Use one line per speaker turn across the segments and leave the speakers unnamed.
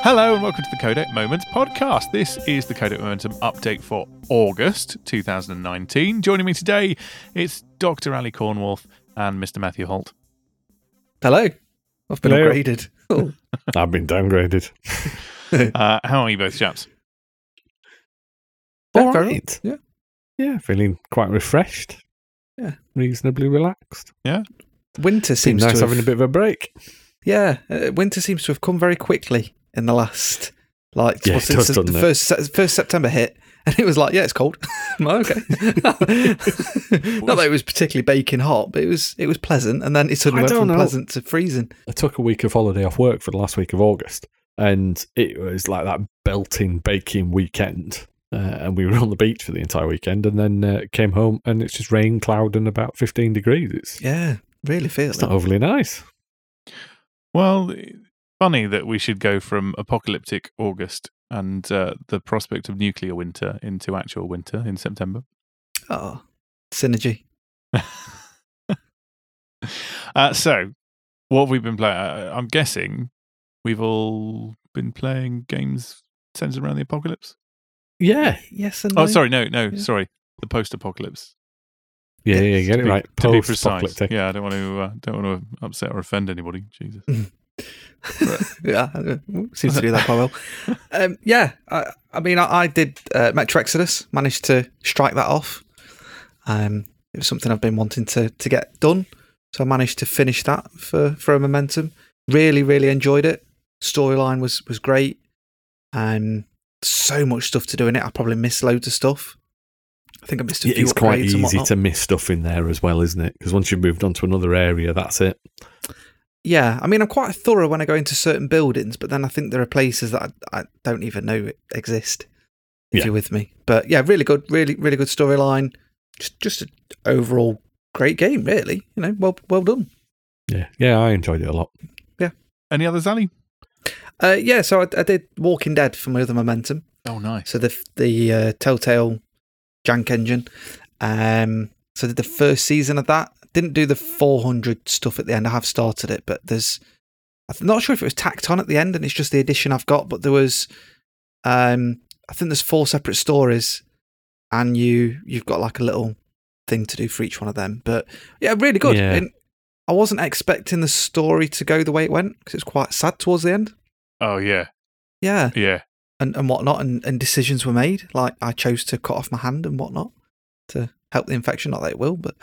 Hello and welcome to the Codec Moments podcast. This is the Codec Momentum update for August 2019. Joining me today, it's Dr. Ali Cornwalth and Mr. Matthew Holt.
Hello. I've been
Hello.
upgraded. Oh,
I've been downgraded.
Uh, how are you both chaps?
all right.
right.
Yeah.
Yeah, feeling quite refreshed.
Yeah.
Reasonably relaxed.
Winter seems
Seems nice
to have,
having a bit of a break.
Yeah, uh, winter seems to have come very quickly in the last like
Yeah,
well,
it
since
does,
the,
doesn't it?
first se- first September hit, and it was like, yeah, it's cold. I'm like, okay, not that it was particularly baking hot, but it was it was pleasant, and then it suddenly
I
went
don't
from
know.
pleasant to freezing.
I took a week of holiday off work for the last week of August, and it was like that belting baking weekend. Uh, and we were on the beach for the entire weekend, and then uh, came home, and it's just rain, cloud, and about fifteen degrees. It's,
Yeah, really feels
it's not overly nice.
Well, funny that we should go from apocalyptic August and uh, the prospect of nuclear winter into actual winter in September.
oh synergy.
Uh, so, what have we been playing? Uh, I'm guessing we've all been playing games centered around the apocalypse.
Yeah,
Yes and
Oh,
no.
sorry, no, no,
Yeah.
sorry, the post-apocalypse.
yeah, yeah, yeah, get
To
it
be-
right.
To be precise,
Post-apocalyptic.
yeah, I don't want to, uh, don't want to upset or offend anybody. Jesus,
yeah, uh, seems to do that quite well. Um, yeah, I, I mean, I, I did uh, Metro Exodus, managed to strike that off. Um, it was something I've been wanting to to get done, so I managed to finish that for for a momentum. Really, really enjoyed it. Storyline was was great. Um, so much stuff to do in it. I probably missed loads of stuff. I think I missed a
Yeah,
few.
it's quite
upgrades and
easy
whatnot.
to miss stuff in there as well, isn't it? Because once you've moved on to another area, that's it.
Yeah, I mean, I'm quite thorough when I go into certain buildings, but then I think there are places that I, I don't even know exist. If
Yeah.
you're with me, but yeah, really good, really, really good storyline. Just, just an overall great game, really. You know, well, well done.
Yeah, yeah, I enjoyed it a lot.
any others, Ali?
Uh, yeah, so I, I did Walking Dead for my other momentum.
Oh, nice.
So the the uh, Telltale Jank Engine. Um, so I did the first season of that. Didn't do the 400 stuff at the end. I have started it, but there's I'm not sure if it was tacked on at the end, and it's just the edition I've got. But there was, um, I think there's four separate stories, and you you've got like a little thing to do for each one of them. But yeah, really good.
Yeah.
And I wasn't expecting the story to go the way it went because it was quite sad towards the end.
Oh, yeah,
Yeah,
yeah.
and, and whatnot, and, and decisions were made. Like I chose to cut off my hand and whatnot to help the infection. Not that it will, but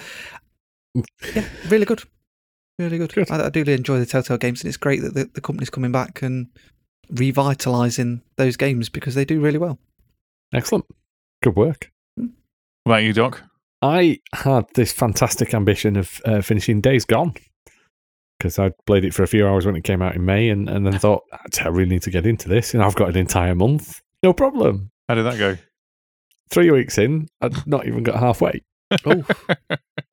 yeah, really good, really good.
Good.
I, I do really enjoy the Telltale games, and it's great that the, the company's coming back and revitalising those games because they do really well.
Excellent. Good work.
What about you, Doc?
I had this fantastic ambition of uh, finishing Days Gone because I played it for a few hours when it came out in May and, and then thought, "Actually, I really need to get into this. And I've got an entire month. No problem.
How did that go?
Three weeks in, I'd not even got halfway. Oh.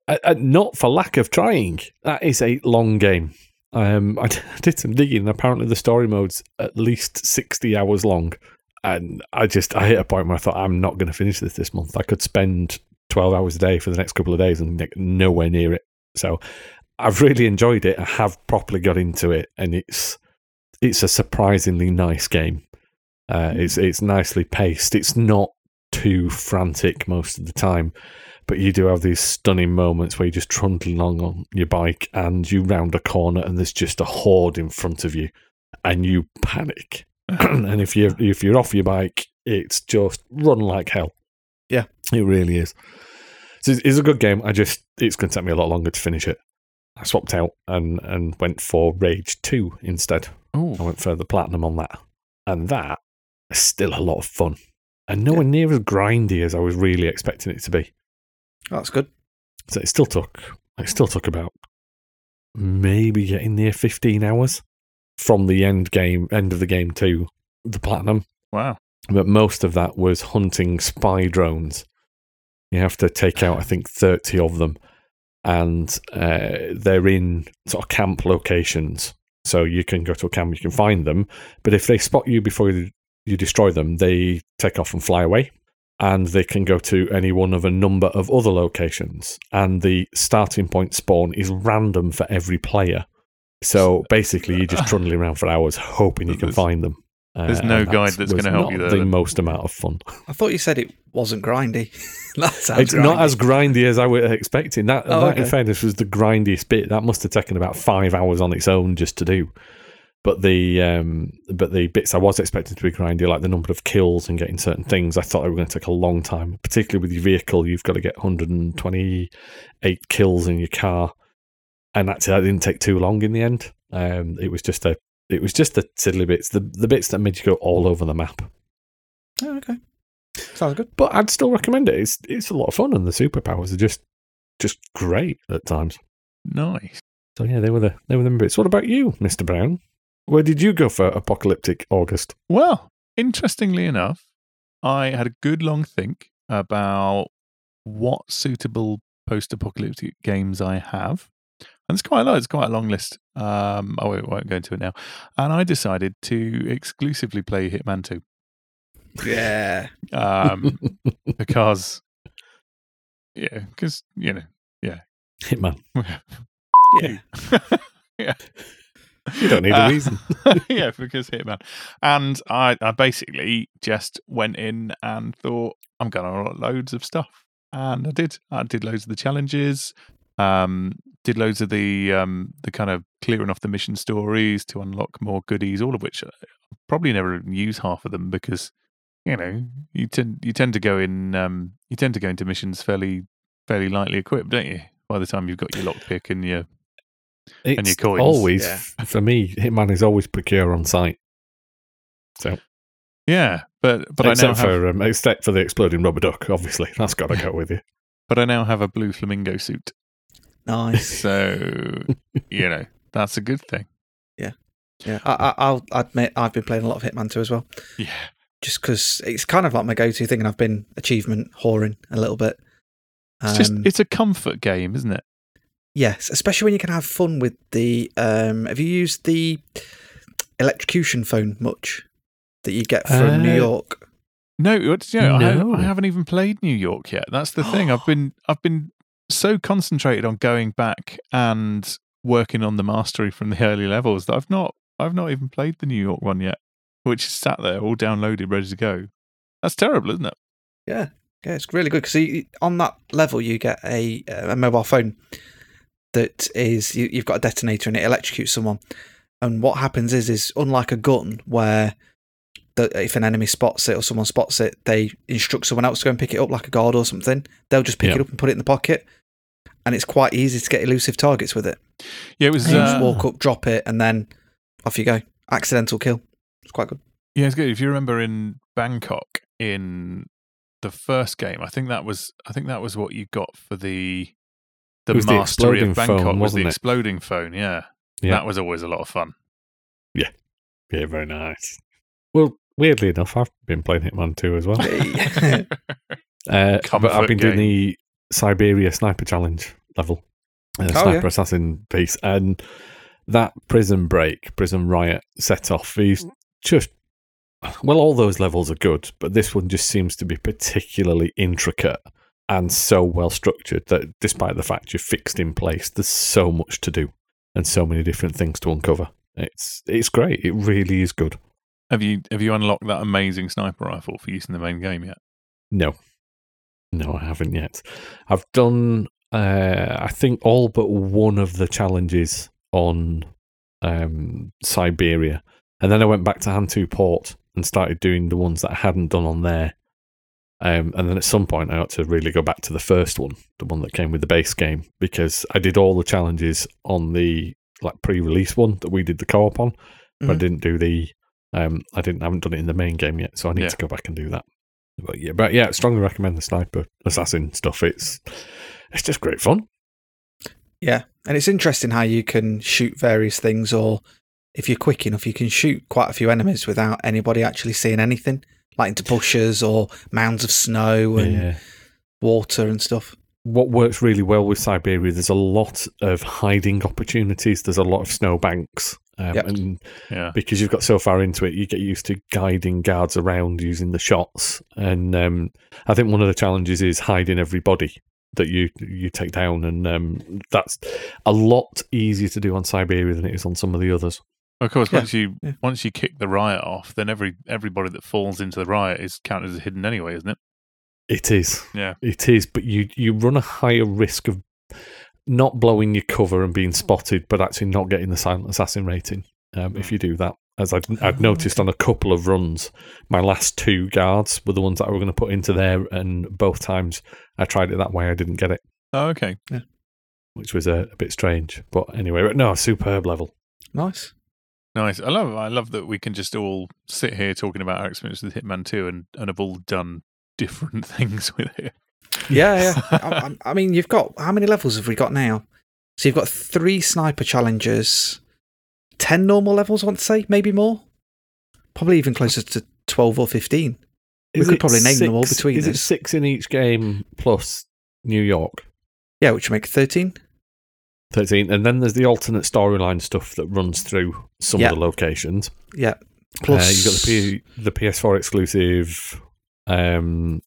Uh, uh, not for lack of trying. That is a long game. Um, I did some digging, and apparently the story mode's at least sixty hours long. And I just I hit a point where I thought I'm not going to finish this this month. I could spend twelve hours a day for the next couple of days and get nowhere near it. So I've really enjoyed it. I have properly got into it, and it's it's a surprisingly nice game. Uh, It's it's nicely paced. It's not too frantic most of the time but you do have these stunning moments where you're just trundling along on your bike and you round a corner and there's just a horde in front of you and you panic and if you if you're off your bike it's just run like hell
Yeah.
it really is so it's, it's a good game i just it's going to take me a lot longer to finish it i swapped out and and went for rage 2 instead I
Oh,
went for the platinum on that. And that is still a lot of fun. And nowhere near as grindy as I was really expecting it to be.
That's good.
So it still took it still took about maybe getting near fifteen hours from the end game end of the game to the platinum.
wow.
But most of that was hunting spy drones. You have to take out I think thirty of them. And uh, they're in sort of camp locations. So you can go to a camp, you can find them. But if they spot you before you you destroy them, they take off and fly away. And they can go to any one of a number of other locations. And the starting point spawn is random for every player. So basically, you're just trundling around for hours hoping you can
This-
find them.
There's no
Uh, and
guide that's
was
gonna help
not
you there,
The
then.
most amount of fun.
I thought you said it wasn't grindy. that sounds
It's not as grindy as I was expecting. That,
Oh,
that in
okay.
fairness, was the grindiest bit. That must have taken about five hours on its own just to do. But the um, but the bits I was expecting to be grindy, like the number of kills and getting certain things, I thought they were going to take a long time. Particularly with your vehicle, you've got to get 128 kills in your car, and actually that didn't take too long in the end. Um, it was just a it was just the tiddly bits, the the bits that made you go all over the map.
Oh, okay. Sounds good.
but I'd still recommend it. It's it's a lot of fun, and the superpowers are just just great at times.
Nice.
So yeah, they were the they were the bits. What about you, Mister Brown? Where did you go for apocalyptic August?
Well, interestingly enough, I had a good long think about what suitable post-apocalyptic games I have, and it's quite a lot. It's quite a long list. Um, I won't, won't go into it now. And I decided to exclusively play Hitman Two
Yeah.
um, because, yeah, because you know,
Hitman.
Yeah.
You don't need
Uh,
a reason.
yeah, because Hitman. And I, I basically just went in and thought, I'm going to unlock loads of stuff. And I did. I did loads of the challenges, um, did loads of the um, the kind of clearing off the mission stories to unlock more goodies, all of which I probably never even use half of them because, you know, you tend you tend to go in um, you tend to go into missions fairly fairly lightly equipped, don't you? By the time you've got your lockpick and your
It's
your coins.
always
Yeah.
for me. Hitman is always procure on site,
yeah, but but I now
except
have-
for um, except for the exploding rubber duck. Obviously, that's got to go with you.
but I now have a blue flamingo suit.
Nice.
So, you know, that's a good thing.
Yeah. I, I, I'll admit I've been playing a lot of Hitman 2 as well,
Yeah.
just because it's kind of like my go-to thing, and I've been achievement whoring a little bit.
It's just,
Um,
it's a comfort game, isn't it?
Yes, especially when you can have fun with the. Um, have you used the electrocution phone much that you get from New
Uh,
York?
No, it's, you know, I,
No.
haven't, I haven't even played New York yet. That's the thing. I've been, I've been so concentrated on going back and working on the mastery from the early levels that I've not, I've not even played the New York one yet, which is sat there all downloaded, ready to go. That's terrible, isn't it?
Yeah, yeah, it's really good because on that level you get a a mobile phone that is you, you've got a detonator and it electrocutes someone. And what happens is is unlike a gun where the, if an enemy spots it or someone spots it, they instruct someone else to go and pick it up like a guard or something. They'll just pick
Yeah.
it up and put it in the pocket. And it's quite easy to get elusive targets with it.
Yeah, it was.
So you just
Uh,
walk up, drop it, and then off you go. Accidental kill. It's quite good.
Yeah, it's good. If you remember in Bangkok in the first game, I think that was I think that was what you got for the the
It was the
mastery
exploding
of Bangkok
phone,
was the
wasn't it?
exploding phone. Yeah.
Yeah.
that was always a lot of fun.
Yeah, very nice. Well, weirdly enough, I've been playing Hitman 2 as well.
Hey.
Uh, but
Comfort
I've been doing
game.
the Siberia Sniper Challenge level, uh,
Oh,
Sniper
yeah.
Assassin piece, and that Prison Break, Prison Riot set off is just well, all those levels are good, but this one just seems to be particularly intricate and so well structured that despite the fact you're fixed in place, there's so much to do and so many different things to uncover. It's it's great. It really is good.
Have you have you unlocked that amazing sniper rifle for use in the main game yet?
No, no, I haven't yet. I've done, uh, I think, all but one of the challenges on um, Siberia, and then I went back to Hantu Port and started doing the ones that I hadn't done on there. Um, and then at some point, I had to really go back to the first one, the one that came with the base game, because I did all the challenges on the like pre-release one that we did the co-op on, but I
Mhm.
didn't do the, um, I didn't, I haven't done it in the main game yet, so I need
Yeah.
to go back and do that. But yeah, but yeah, strongly recommend the sniper assassin stuff. It's it's just great fun.
Yeah, and it's interesting how you can shoot various things, or if you're quick enough, you can shoot quite a few enemies without anybody actually seeing anything, like into bushes or mounds of snow and water and stuff.
What works really well with Siberia, there's a lot of hiding opportunities. There's a lot of snowbanks. Um,
Yep.
And
Yeah.
because you've got so far into it, you get used to guiding guards around using the shots. And um, I think one of the challenges is hiding everybody that you you take down, and um, that's a lot easier to do on Siberia than it is on some of the others.
Of course,
Yeah,
once you
yeah.
once you kick the riot off, then every everybody that falls into the riot is counted as hidden anyway, isn't it?
It is.
Yeah.
It is. But you you run a higher risk of not blowing your cover and being spotted, but actually not getting the silent assassin rating um, if you do that. As I'd, I'd
Oh,
noticed on a couple of runs, my last two guards were the ones that I were going to put into there, and both times I tried it that way, I didn't get it,
Oh, okay.
which was uh, a, a bit strange. But anyway, no, superb level.
Nice.
Nice. I love I love that we can just all sit here talking about our experience with Hitman 2 and, and have all done different things with it.
Yeah, yeah. I, I- I mean, you've got how many levels have we got now? So you've got three sniper challenges, ten normal levels. I want to say maybe more, probably even closer to twelve or fifteen. We
Is
could
it
probably name them all
six-
between
Is it
us.
six in each game plus New York?
Yeah, which would make thirteen.
13. And then there's the alternate storyline stuff that runs through some
Yeah.
of the locations.
Yeah.
Plus, Uh, you've got the, P- the PS4 exclusive um,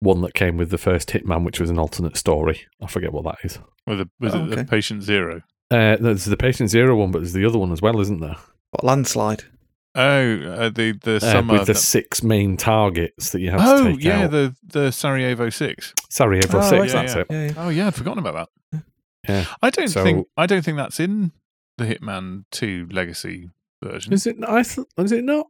one that came with the first Hitman, which was an alternate story. I forget what that is.
With the, with
Oh,
the- the
okay.
patient zero.
Uh, there's the Patient Zero one, but there's the other one as well, isn't there?
what, landslide.
Oh, uh, the the
Uh,
summer
with the
that-
six main targets that you have to
Oh,
take
yeah,
out.
the the Sarajevo 6.
Sarajevo
Oh,
yeah,
6, that's
yeah.
it.
Yeah, yeah.
Oh yeah, I'd forgotten about that.
Yeah.
I don't
So-
think I don't think that's in the Hitman 2 legacy version.
Is it, I th- is it not?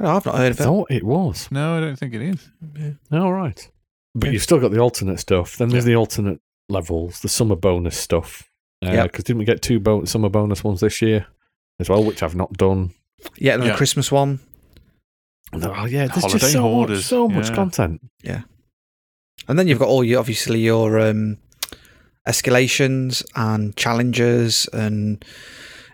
Oh, I've not heard
I
of it.
thought it was.
No, I don't think it is.
Yeah.
All right. But
Yeah.
you've still got the alternate stuff. Then there's the alternate levels, the summer bonus stuff. Because
Yep.
didn't we get two bo- summer bonus ones this year as well, which I've not done?
Yeah, and then
Yeah.
the Christmas one.
And there- oh, yeah. There's
Holiday
just so, much,
hoarders,
so much
yeah.
content.
And then you've got all your obviously your um, escalations and challenges and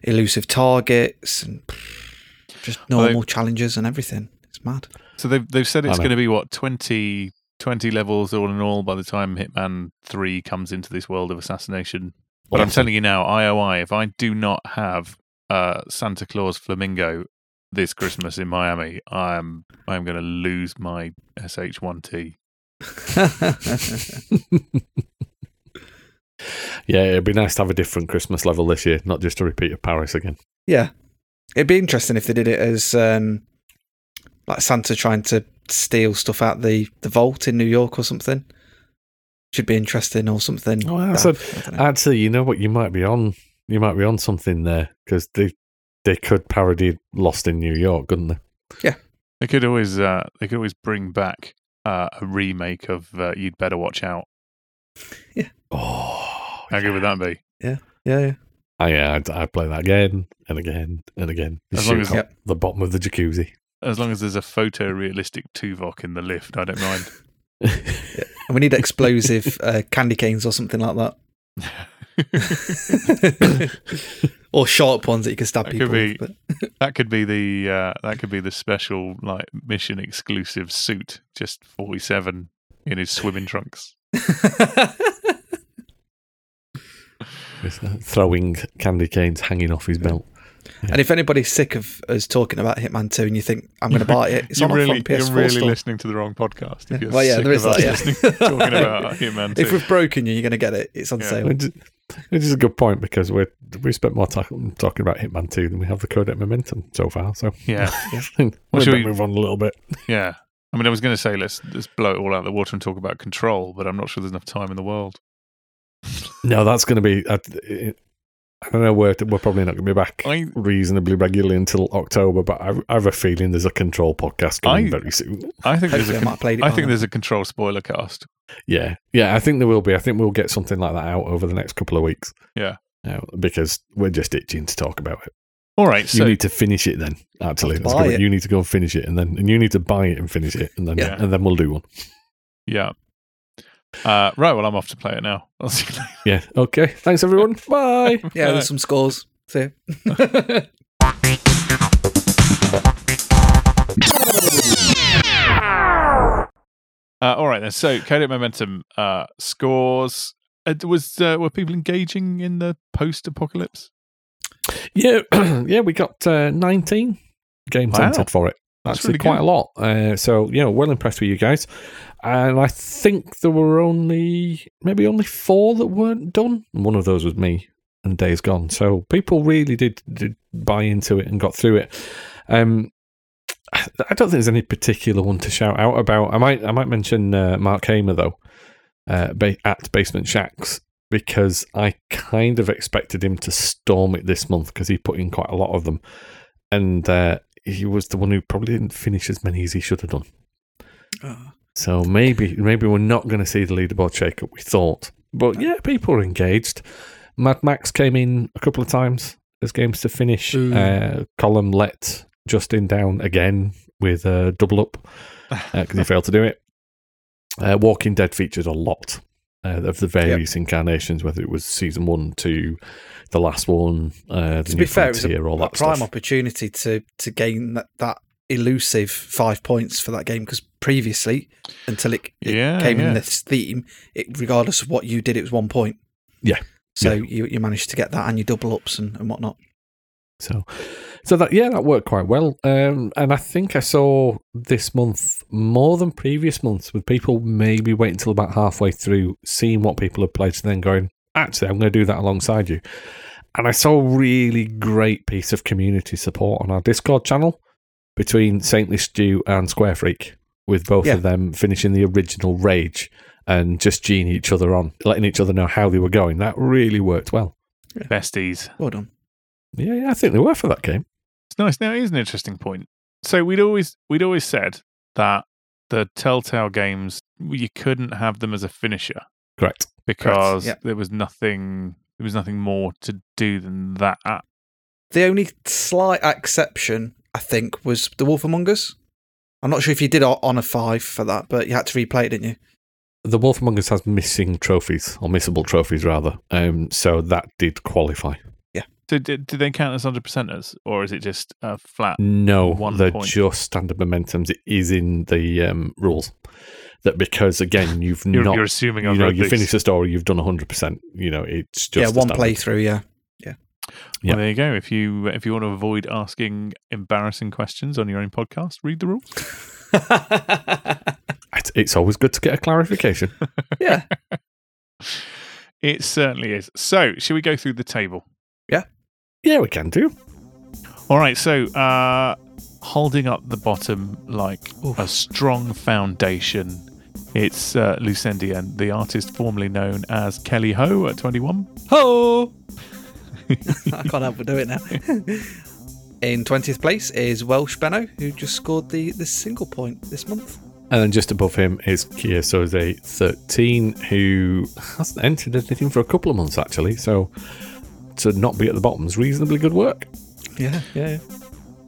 elusive targets and just
Well, they-
normal challenges and everything. It's mad.
So they've they've said it's
I know.
going to be what 20, 20 levels all in all by the time Hitman Three comes into this world of assassination. But I'm
Awesome.
telling you now, IOI, if I do not have uh, Santa Claus Flamingo this Christmas in Miami, I'm I'm going to lose my SH1T.
yeah, it'd be nice to have a different Christmas level this year, not just a repeat of Paris again.
yeah, it'd be interesting if they did it as um, like Santa trying to steal stuff out the the vault in New York or something. Should be interesting or something.
Oh, yeah,
Uh,
so-
I don't know.
Actually, you know what? You might be on. You might be on something there because they they could parody Lost in New York, couldn't they?
They could always uh, they could always bring back uh, a remake of uh, You'd Better Watch Out.
Oh,
How good would that be?
yeah, yeah.
I, Oh, yeah, I'd, I'd play that again and again and again.
As long
Shoot
as-
up
Yep.
the bottom of the jacuzzi.
As long as there's a photorealistic Tuvok in the lift, I don't mind.
And we need explosive uh, candy canes or something like that. or sharp ones that you can stab
That could
people
be-
with. But
That could be the uh, that could be the special like mission exclusive suit. Just forty seven in his swimming trunks.
With, uh, throwing candy canes hanging off his belt.
and if anybody's sick of us talking about Hitman 2 and you think, I'm going to buy it, it's
you're
on offer
really,
on PS4
you're really
store.
listening to the wrong podcast. If
Yeah.
you're
Well, yeah,
sick
there is
of us
that, yeah.
listening, talking about Hitman
If
Two.
we've broken you, you're going to get it. It's on
Yeah.
sale.
Which is, which is a good point because we we spent more time talking about Hitman 2 than we have the Codex Momentum so far. So
Yeah,
we're
Well,
going
shall
to
we-
move on a little bit.
yeah. I mean, I was going to say let's let's blow it all out of the water and talk about control, but I'm not sure there's enough time in the world.
No, that's going to be. I, I don't know. We're we're probably not going to be back
I
reasonably regularly until October, but I, I have a feeling there's a Control podcast coming
I-
very soon.
I think there's
Hopefully,
a
I
con-
might have played it.
I
by
think
then.
there's a control spoiler cast.
Yeah, yeah, I think there will be. I think we'll get something like that out over the next couple of weeks.
Yeah.
Uh, because we're just itching to talk about it.
All right,
you
so
need to finish it then. Actually,
Have to
That's
buy
good.
it.
you need to go and finish it, and then and you need to buy it and finish it, and then
Yeah.
and then we'll do one.
yeah. Uh, right, well, I'm off to play it now. I'll see you later.
Yeah. Okay. Thanks, everyone. Bye.
yeah, there's some scores. So.
Uh, all right then. So, Codet Momentum uh, scores. Uh, was uh, were people engaging in the post-apocalypse?
Yeah, yeah, we got uh, 19 games
Wow.
entered for it.
That's
Actually,
really
quite
good.
a lot. Uh, so, you know, well impressed with you guys. And I think there were only maybe only four that weren't done. One of those was me. and Days Gone. So people really did, did buy into it and got through it. Um, I don't think there's any particular one to shout out about. I might I might mention uh, Mark Hamer though, uh, ba- at Basement Shacks because I kind of expected him to storm it this month because he put in quite a lot of them, and uh, he was the one who probably didn't finish as many as he should have done.
Oh.
So maybe maybe we're not going to see the leaderboard shake up we thought. But yeah, people are engaged. Mad Max came in a couple of times as games to finish.
Ooh.
Uh, Column let Justin down again with a double up because he failed to do it. Uh, Walking Dead featured a lot uh, of the various incarnations, whether it was season one, two, the last one, uh, the
To
new
be fair, it was
frontier, all
a
that
prime
stuff.
opportunity to to gain that, that elusive five points for that game because previously, until it, it
Yeah,
came
yeah.
in this theme, it, regardless of what you did, it was one point.
Yeah.
So You, you managed to get that and your double ups and, and whatnot.
So, so that yeah, that worked quite well. Um, and I think I saw this month more than previous months with people maybe waiting till about halfway through, seeing what people have played, and then going, actually, I'm going to do that alongside you. And I saw a really great piece of community support on our Discord channel between Saintly Stew and Square Freak, with both
Yeah.
of them finishing the original Rage and just geeing each other on, letting each other know how they were going. That really worked well.
Besties.
Well done.
Yeah, yeah, I think they were for that game.
It's nice. Now it is an interesting point. So we'd always we'd always said that the Telltale games you couldn't have them as a finisher
Correct.
because
Yep.
there was nothing there was nothing more to do than that.
The only slight exception, I think, was The Wolf Among Us. I'm not sure if you did o- on a five for that, but you had to replay it, didn't you?
The Wolf Among Us has missing trophies, or missable trophies rather. Um, so that did qualify.
So did, did they count as hundred percenters or is it just a flat?
No,
One
they're
point.
just standard momentums. It is in the um, rules that because again you've
You're,
not
you're assuming
you
I've
know
read
you
these.
finish the story, you've done hundred percent. You know it's just the
yeah, one
standard.
playthrough, yeah.
yeah.
Well, there you go. If you if you want to avoid asking embarrassing questions on your own podcast, read the rules.
It's, it's always good to get a clarification.
yeah.
It certainly is. So, should we go through the table?
yeah, we can do.
All right, so uh, holding up the bottom like
Oof.
a strong foundation, it's uh, Lucendien, the artist formerly known as Kelly Ho at 21.
Ho! I can't help but do it now. In 20th place is Welsh Benno, who just scored the, the single point this month.
And then just above him is Kia Soze 13, who hasn't entered anything for a couple of months actually. So to not be at the bottom is reasonably good work.
Yeah, yeah.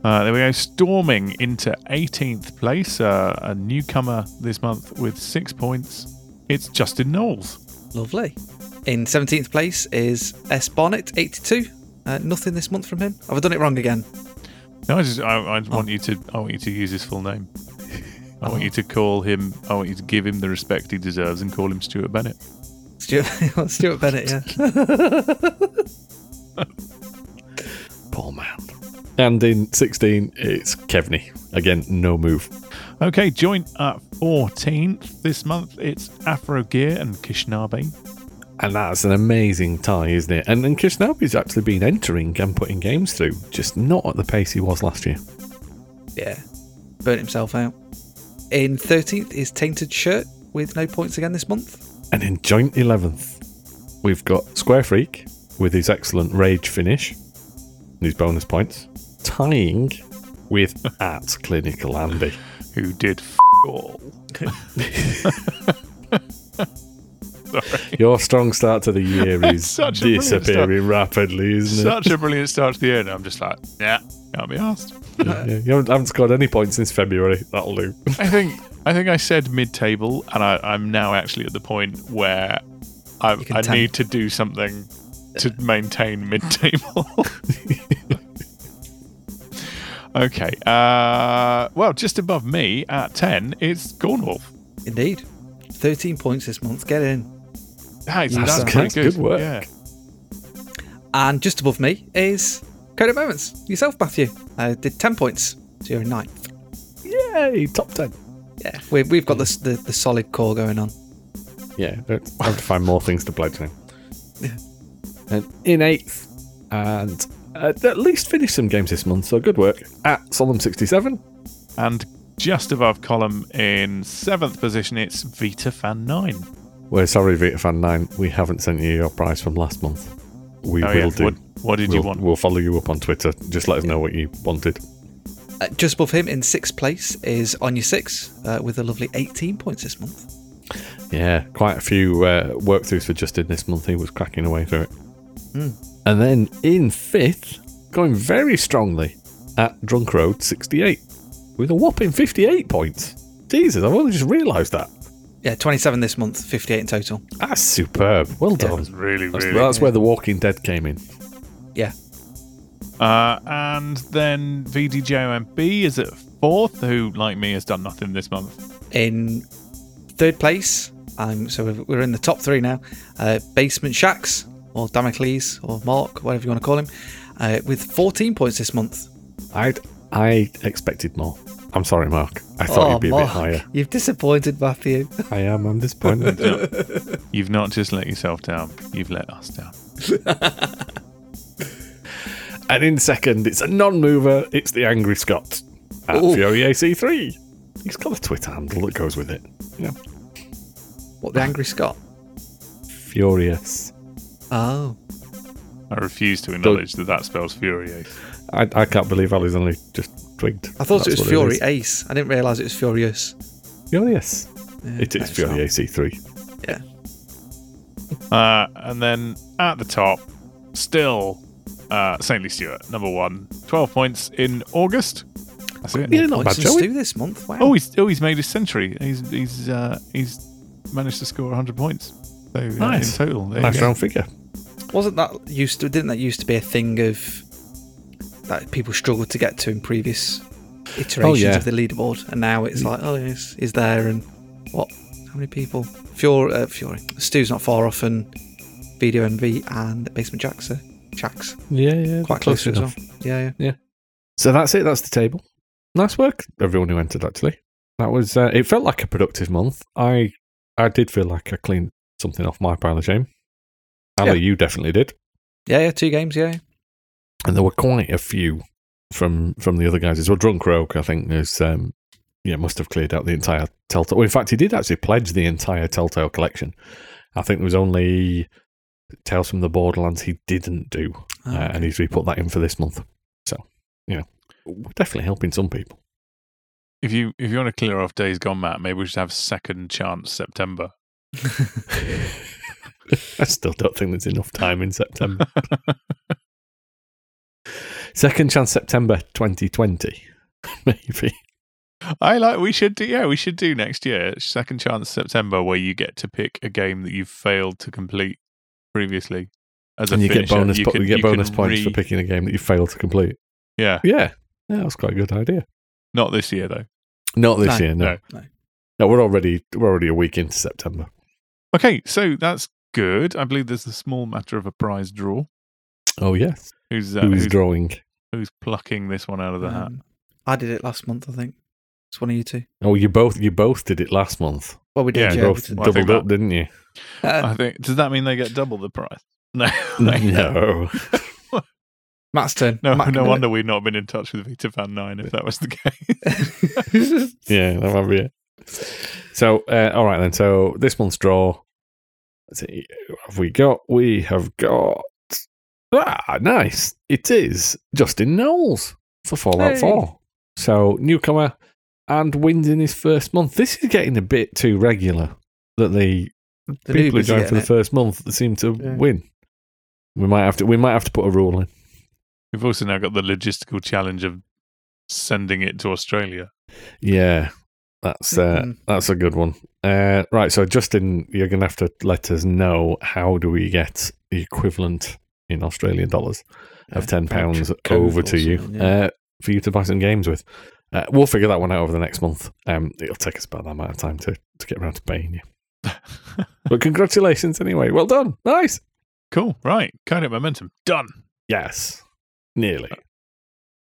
Uh, there we go, storming into 18th place, uh, a newcomer this month with six points. It's Justin Knowles.
Lovely. In 17th place is S. Barnett, 82. Uh, nothing this month from him. Have I done it wrong again?
No, I just I, I want you to I want you to use his full name. I want you to call him. I want you to give him the respect he deserves and call him Stuart Bennett.
Stuart, Stuart Bennett, yeah.
Poor man. And in 16, it's Kevney. Again, no move.
Okay, joint at 14th this month. It's Afro Gear and Kishnabe.
And that's an amazing tie, isn't it? And, and Kishnabi's actually been entering and putting games through, just not at the pace he was last year.
Yeah. Burnt himself out. In 13th is Tainted Shirt, with no points again this month.
And in joint 11th, we've got Square Freak with his excellent rage finish and his bonus points, tying with at Clinical Andy.
Who did f all. Sorry.
Your strong start to the year is
Such a brilliant start.
disappearing rapidly, isn't it?
Such a brilliant start to the year. and I'm just like, yeah, can't be asked.
Yeah, yeah. You haven't, haven't scored any points since February. That'll do.
I think I think I said mid table, and I, I'm now actually at the point where I,
can
I
tank.
need to do something to maintain mid table. okay. Uh, well, just above me at 10 is Gornwolf.
Indeed. 13 points this month. Get in.
That's,
Yeah,
that's
that's
pretty
good. Good work.
Yeah.
And just above me is Credit Moments. Yourself, Matthew. Uh, did 10 points. So you're in ninth.
Yay, top 10.
Yeah. We, we've got this, the, the solid core going on.
Yeah, don't I have to find more things to play to. and in eighth, and uh, at least finished some games this month. So good work at Solemn67.
And just above column in seventh position, it's Vita Fan 9.
We're sorry, Vita Fan Nine. We haven't sent you your prize from last month. We
Oh,
will
yeah.
do.
What, what did
we'll,
you want?
We'll follow you up on Twitter. Just let us know what you wanted.
Uh, just above him in sixth place is On Your Six uh, with a lovely 18 points this month.
Yeah, quite a few uh, work throughs for Justin this month. He was cracking away through it. Hmm. And then in fifth, going very strongly at Drunk Road 68 with a whopping 58 points. Jesus, I've only just realised that.
Yeah, 27 this month, 58 in total.
That's superb. Well
Yeah.
done.
Really,
That's,
really.
that's where The Walking Dead came in.
Yeah.
Uh, and then VDJOMB is at fourth, who, like me, has done nothing this month.
In third place, um, so we've- we're in the top three now, uh, Basement Shacks or Damocles or Mark, whatever you want to call him, uh, with 14 points this month.
I I expected more. I'm sorry, Oh, Mark. I thought you'd be a bit higher.
Oh, You've disappointed Matthew.
I am. I'm disappointed.
You've not just let yourself down, you've let us down.
and in second, it's a non-mover. It's the Angry Scot at
Ooh.
Fury AC3. He's got a Twitter handle that goes with it. Yeah.
What, the Angry Scott?
Furious.
Oh.
I refuse to acknowledge that that spells Furious.
I, I can't believe Ali's only just twigged.
I thought
That's
it was
what
Fury
is.
Ace. I didn't realise it was Furious.
Furious.
Yeah,
It is
that's
Fury
not-
AC3.
Yeah.
Uh, and then at the top, still uh, Saintly Stewart, number one, 12 points in August. That's it.
Yeah, not
Points
bad,
and
shall we?
stew this month. Wow.
Oh, he's oh he's made his century. He's he's uh, he's managed to score 100 points. So uh,
Nice.
in total, there you
Nice
go.
round figure.
Wasn't that used to? Didn't that used to be a thing of that people struggled to get to in previous iterations
Oh, yeah. Mm.
of the leaderboard, and now it's like, oh, yes, is there and what? How many people? Fury, uh, Fury. Stu's not far off, and Video MV and Basement Jacks, are Jacks,
Yeah, yeah.
quite close as well. Yeah, yeah.
So that's it. That's the table. Nice work, everyone who entered. Actually, that was. Uh, it felt like a productive month. I I did feel like I cleaned something off my pile of shame. Ali,
Yeah.
you definitely did,
Yeah, yeah, two games, yeah.
and there were quite a few from from the other guys as well. Drunk Rogue, I think, is um, yeah, must have cleared out the entire Telltale. Well, in fact, he did actually pledge the entire Telltale collection. I think there was only Tales from the Borderlands he didn't do,
Oh,
uh, and he's re put that in for this month. So, you know, we're definitely helping some people.
If you if you want to clear off Days Gone, Matt, maybe we should have second chance September.
I still don't think there's enough time in September. Second chance September 2020, maybe.
I like we should do yeah we should do next year second chance September where you get to pick a game that you've failed to complete previously as a
and you get
finisher.
bonus, po-
can-
you get
can
bonus points for
re-
picking a game that you failed to complete.
Yeah,
Yeah, yeah that's quite a good idea.
not this year though.
Not this
No,
year, no.
no. No.
No, we're already we're already a week into September.
Okay, so that's good. I believe there's the small matter of a prize draw.
Oh yes,
Who's uh,
who's,
who's,
drawing?
who's plucking this one out of the hat?
Um, I did it last month, I think. It's one of you two.
Oh, you both you both did it last month.
Well, we
Yeah,
did,
You
yeah.
both
we
Well, I think
doubled up, didn't you?
did. Uh,
I think does that mean they get double the prize? No,
no.
Matt's turn.
no, no
Matt, can do it.
wonder we've not been in touch with Vita Fan Nine if that was the case.
yeah, that might be it. So, uh, all right then. So this month's draw. Let's see. What have we got? We have got. Ah, nice. It is Justin Knowles for Fallout
Hey.
4. So newcomer and wins in his first month. This is getting a bit too regular that the,
The
people
newbies
who
are
join for
getting
the
it.
first month seem to
Yeah.
win. We might have to. We might have to put a rule in.
We've also now got the logistical challenge of sending it to Australia.
Yeah, that's uh,
Mhm.
that's a good one. Uh, right, so Justin, you're gonna have to let us know how do we get the equivalent in Australian dollars of
Yeah,
ten pounds
voucher code
over
or
to you
something, yeah.
uh, for you to buy some games with. Uh, we'll figure that one out over the next month. Um, it'll take us about that amount of time to, to get around to paying you. But congratulations anyway. Well done. Nice.
cool, right? Kind of momentum done.
Yes. Nearly.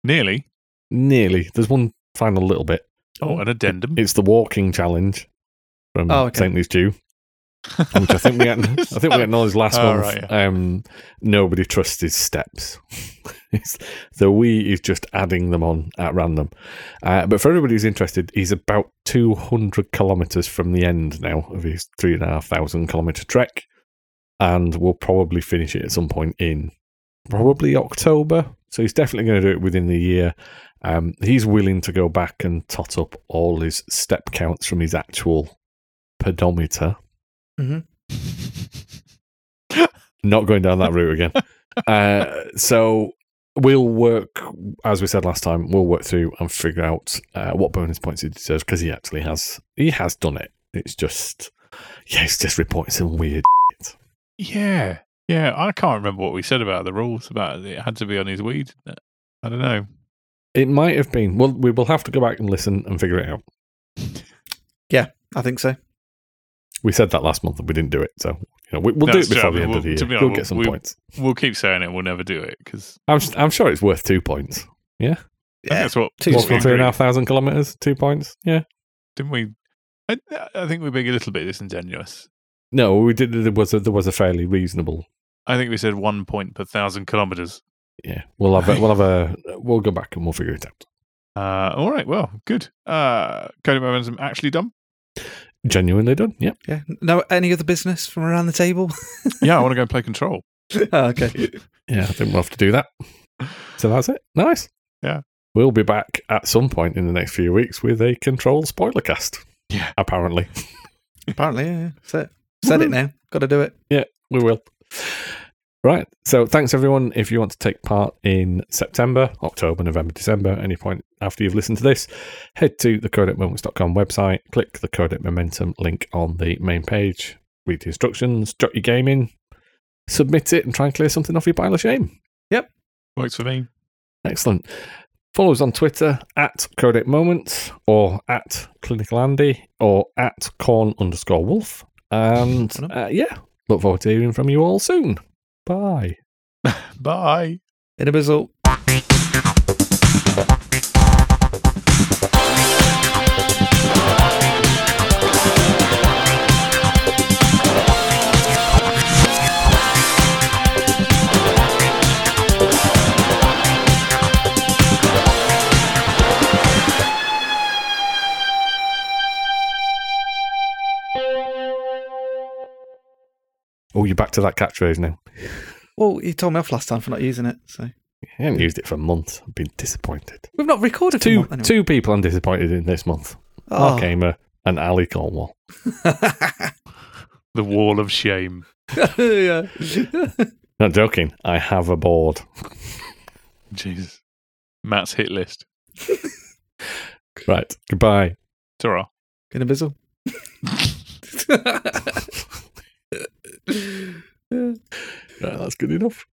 Nearly.
Nearly. There's one final little bit.
Oh, an addendum.
It's the walking challenge from
Oh, okay.
St. Louis Dew. which I think we had, I think we acknowledged last
Oh,
month.
right,
um, nobody trusts his steps. It's- the we is just adding them on at random. Uh, but for everybody who's interested, he's about two hundred kilometers from the end now of his three and a half thousand kilometer trek, and we'll probably finish it at some point in probably October. So he's definitely going to do it within the year. Um, he's willing to go back and tot up all his step counts from his actual pedometer not going down that route again. uh, so we'll work, as we said last time, we'll work through and figure out uh, what bonus points he deserves because he actually has he has done it. It's just yeah, it's just reporting some weird.
Yeah, yeah. I can't remember what we said about the rules about it had to be on his weed. didn't it? I don't know.
It might have been. Well, we will have to go back and listen and figure it out.
I think so.
We said that last month and we didn't do it, so you know we, we'll
That's
do it before
true.
the end of
We'll-
the year.
to be
we'll
honest,
get some
we-
points.
We'll keep saying it. We'll never do it because
I'm s- I'm sure it's worth two points.
Yeah,
that's what
two
what
is
we
Walking three and
agreed,
a half thousand kilometers, two points. Yeah.
Didn't we? I, I think we're being a little bit disingenuous.
No, we did. There was a, there was a fairly reasonable
I think we said one point per thousand kilometers.
yeah, we'll have a, we'll have a we'll go back and we'll figure it out.
Uh, all right. Well, good. Uh, coding momentum actually done.
Genuinely done. Yeah,
yeah. No, any other business from around the table?
Yeah, I want to go and play control.
oh, okay.
yeah. I think we'll have to do that. So that's it. Nice.
Yeah.
we'll be back at some point in the next few weeks with a controlled spoiler cast.
Yeah.
apparently
Apparently, yeah, yeah. That's it. Said it now. Got to do it.
we will. Right. So thanks everyone. If you want to take part in September, October, November, December, any point after you've listened to this, head to the codecmoments.com website, click the codec momentum link on the main page, read the instructions, jot your game in, submit it, and try and clear something off your pile of shame.
Works for me.
Excellent. Follow us on Twitter at Codec Moments or at Clinical Andy or at Corn underscore Wolf. And uh, yeah, look forward to hearing from you all soon. Bye.
Bye.
In a bizzle.
Oh, you're back to that catchphrase now.
Well, you told me off last time for not using it, so
I haven't used it for months. I've been disappointed.
we've not recorded for a
Two
month, anyway.
two people I'm disappointed in this month.
Oh.
Mark Hamer and Ali Cornwall.
The wall of shame.
yeah.
Not joking. I have a board.
Jesus. Matt's hit list.
Right. Goodbye.
Ta-ra.
In a bizzle.
Right, that's good enough.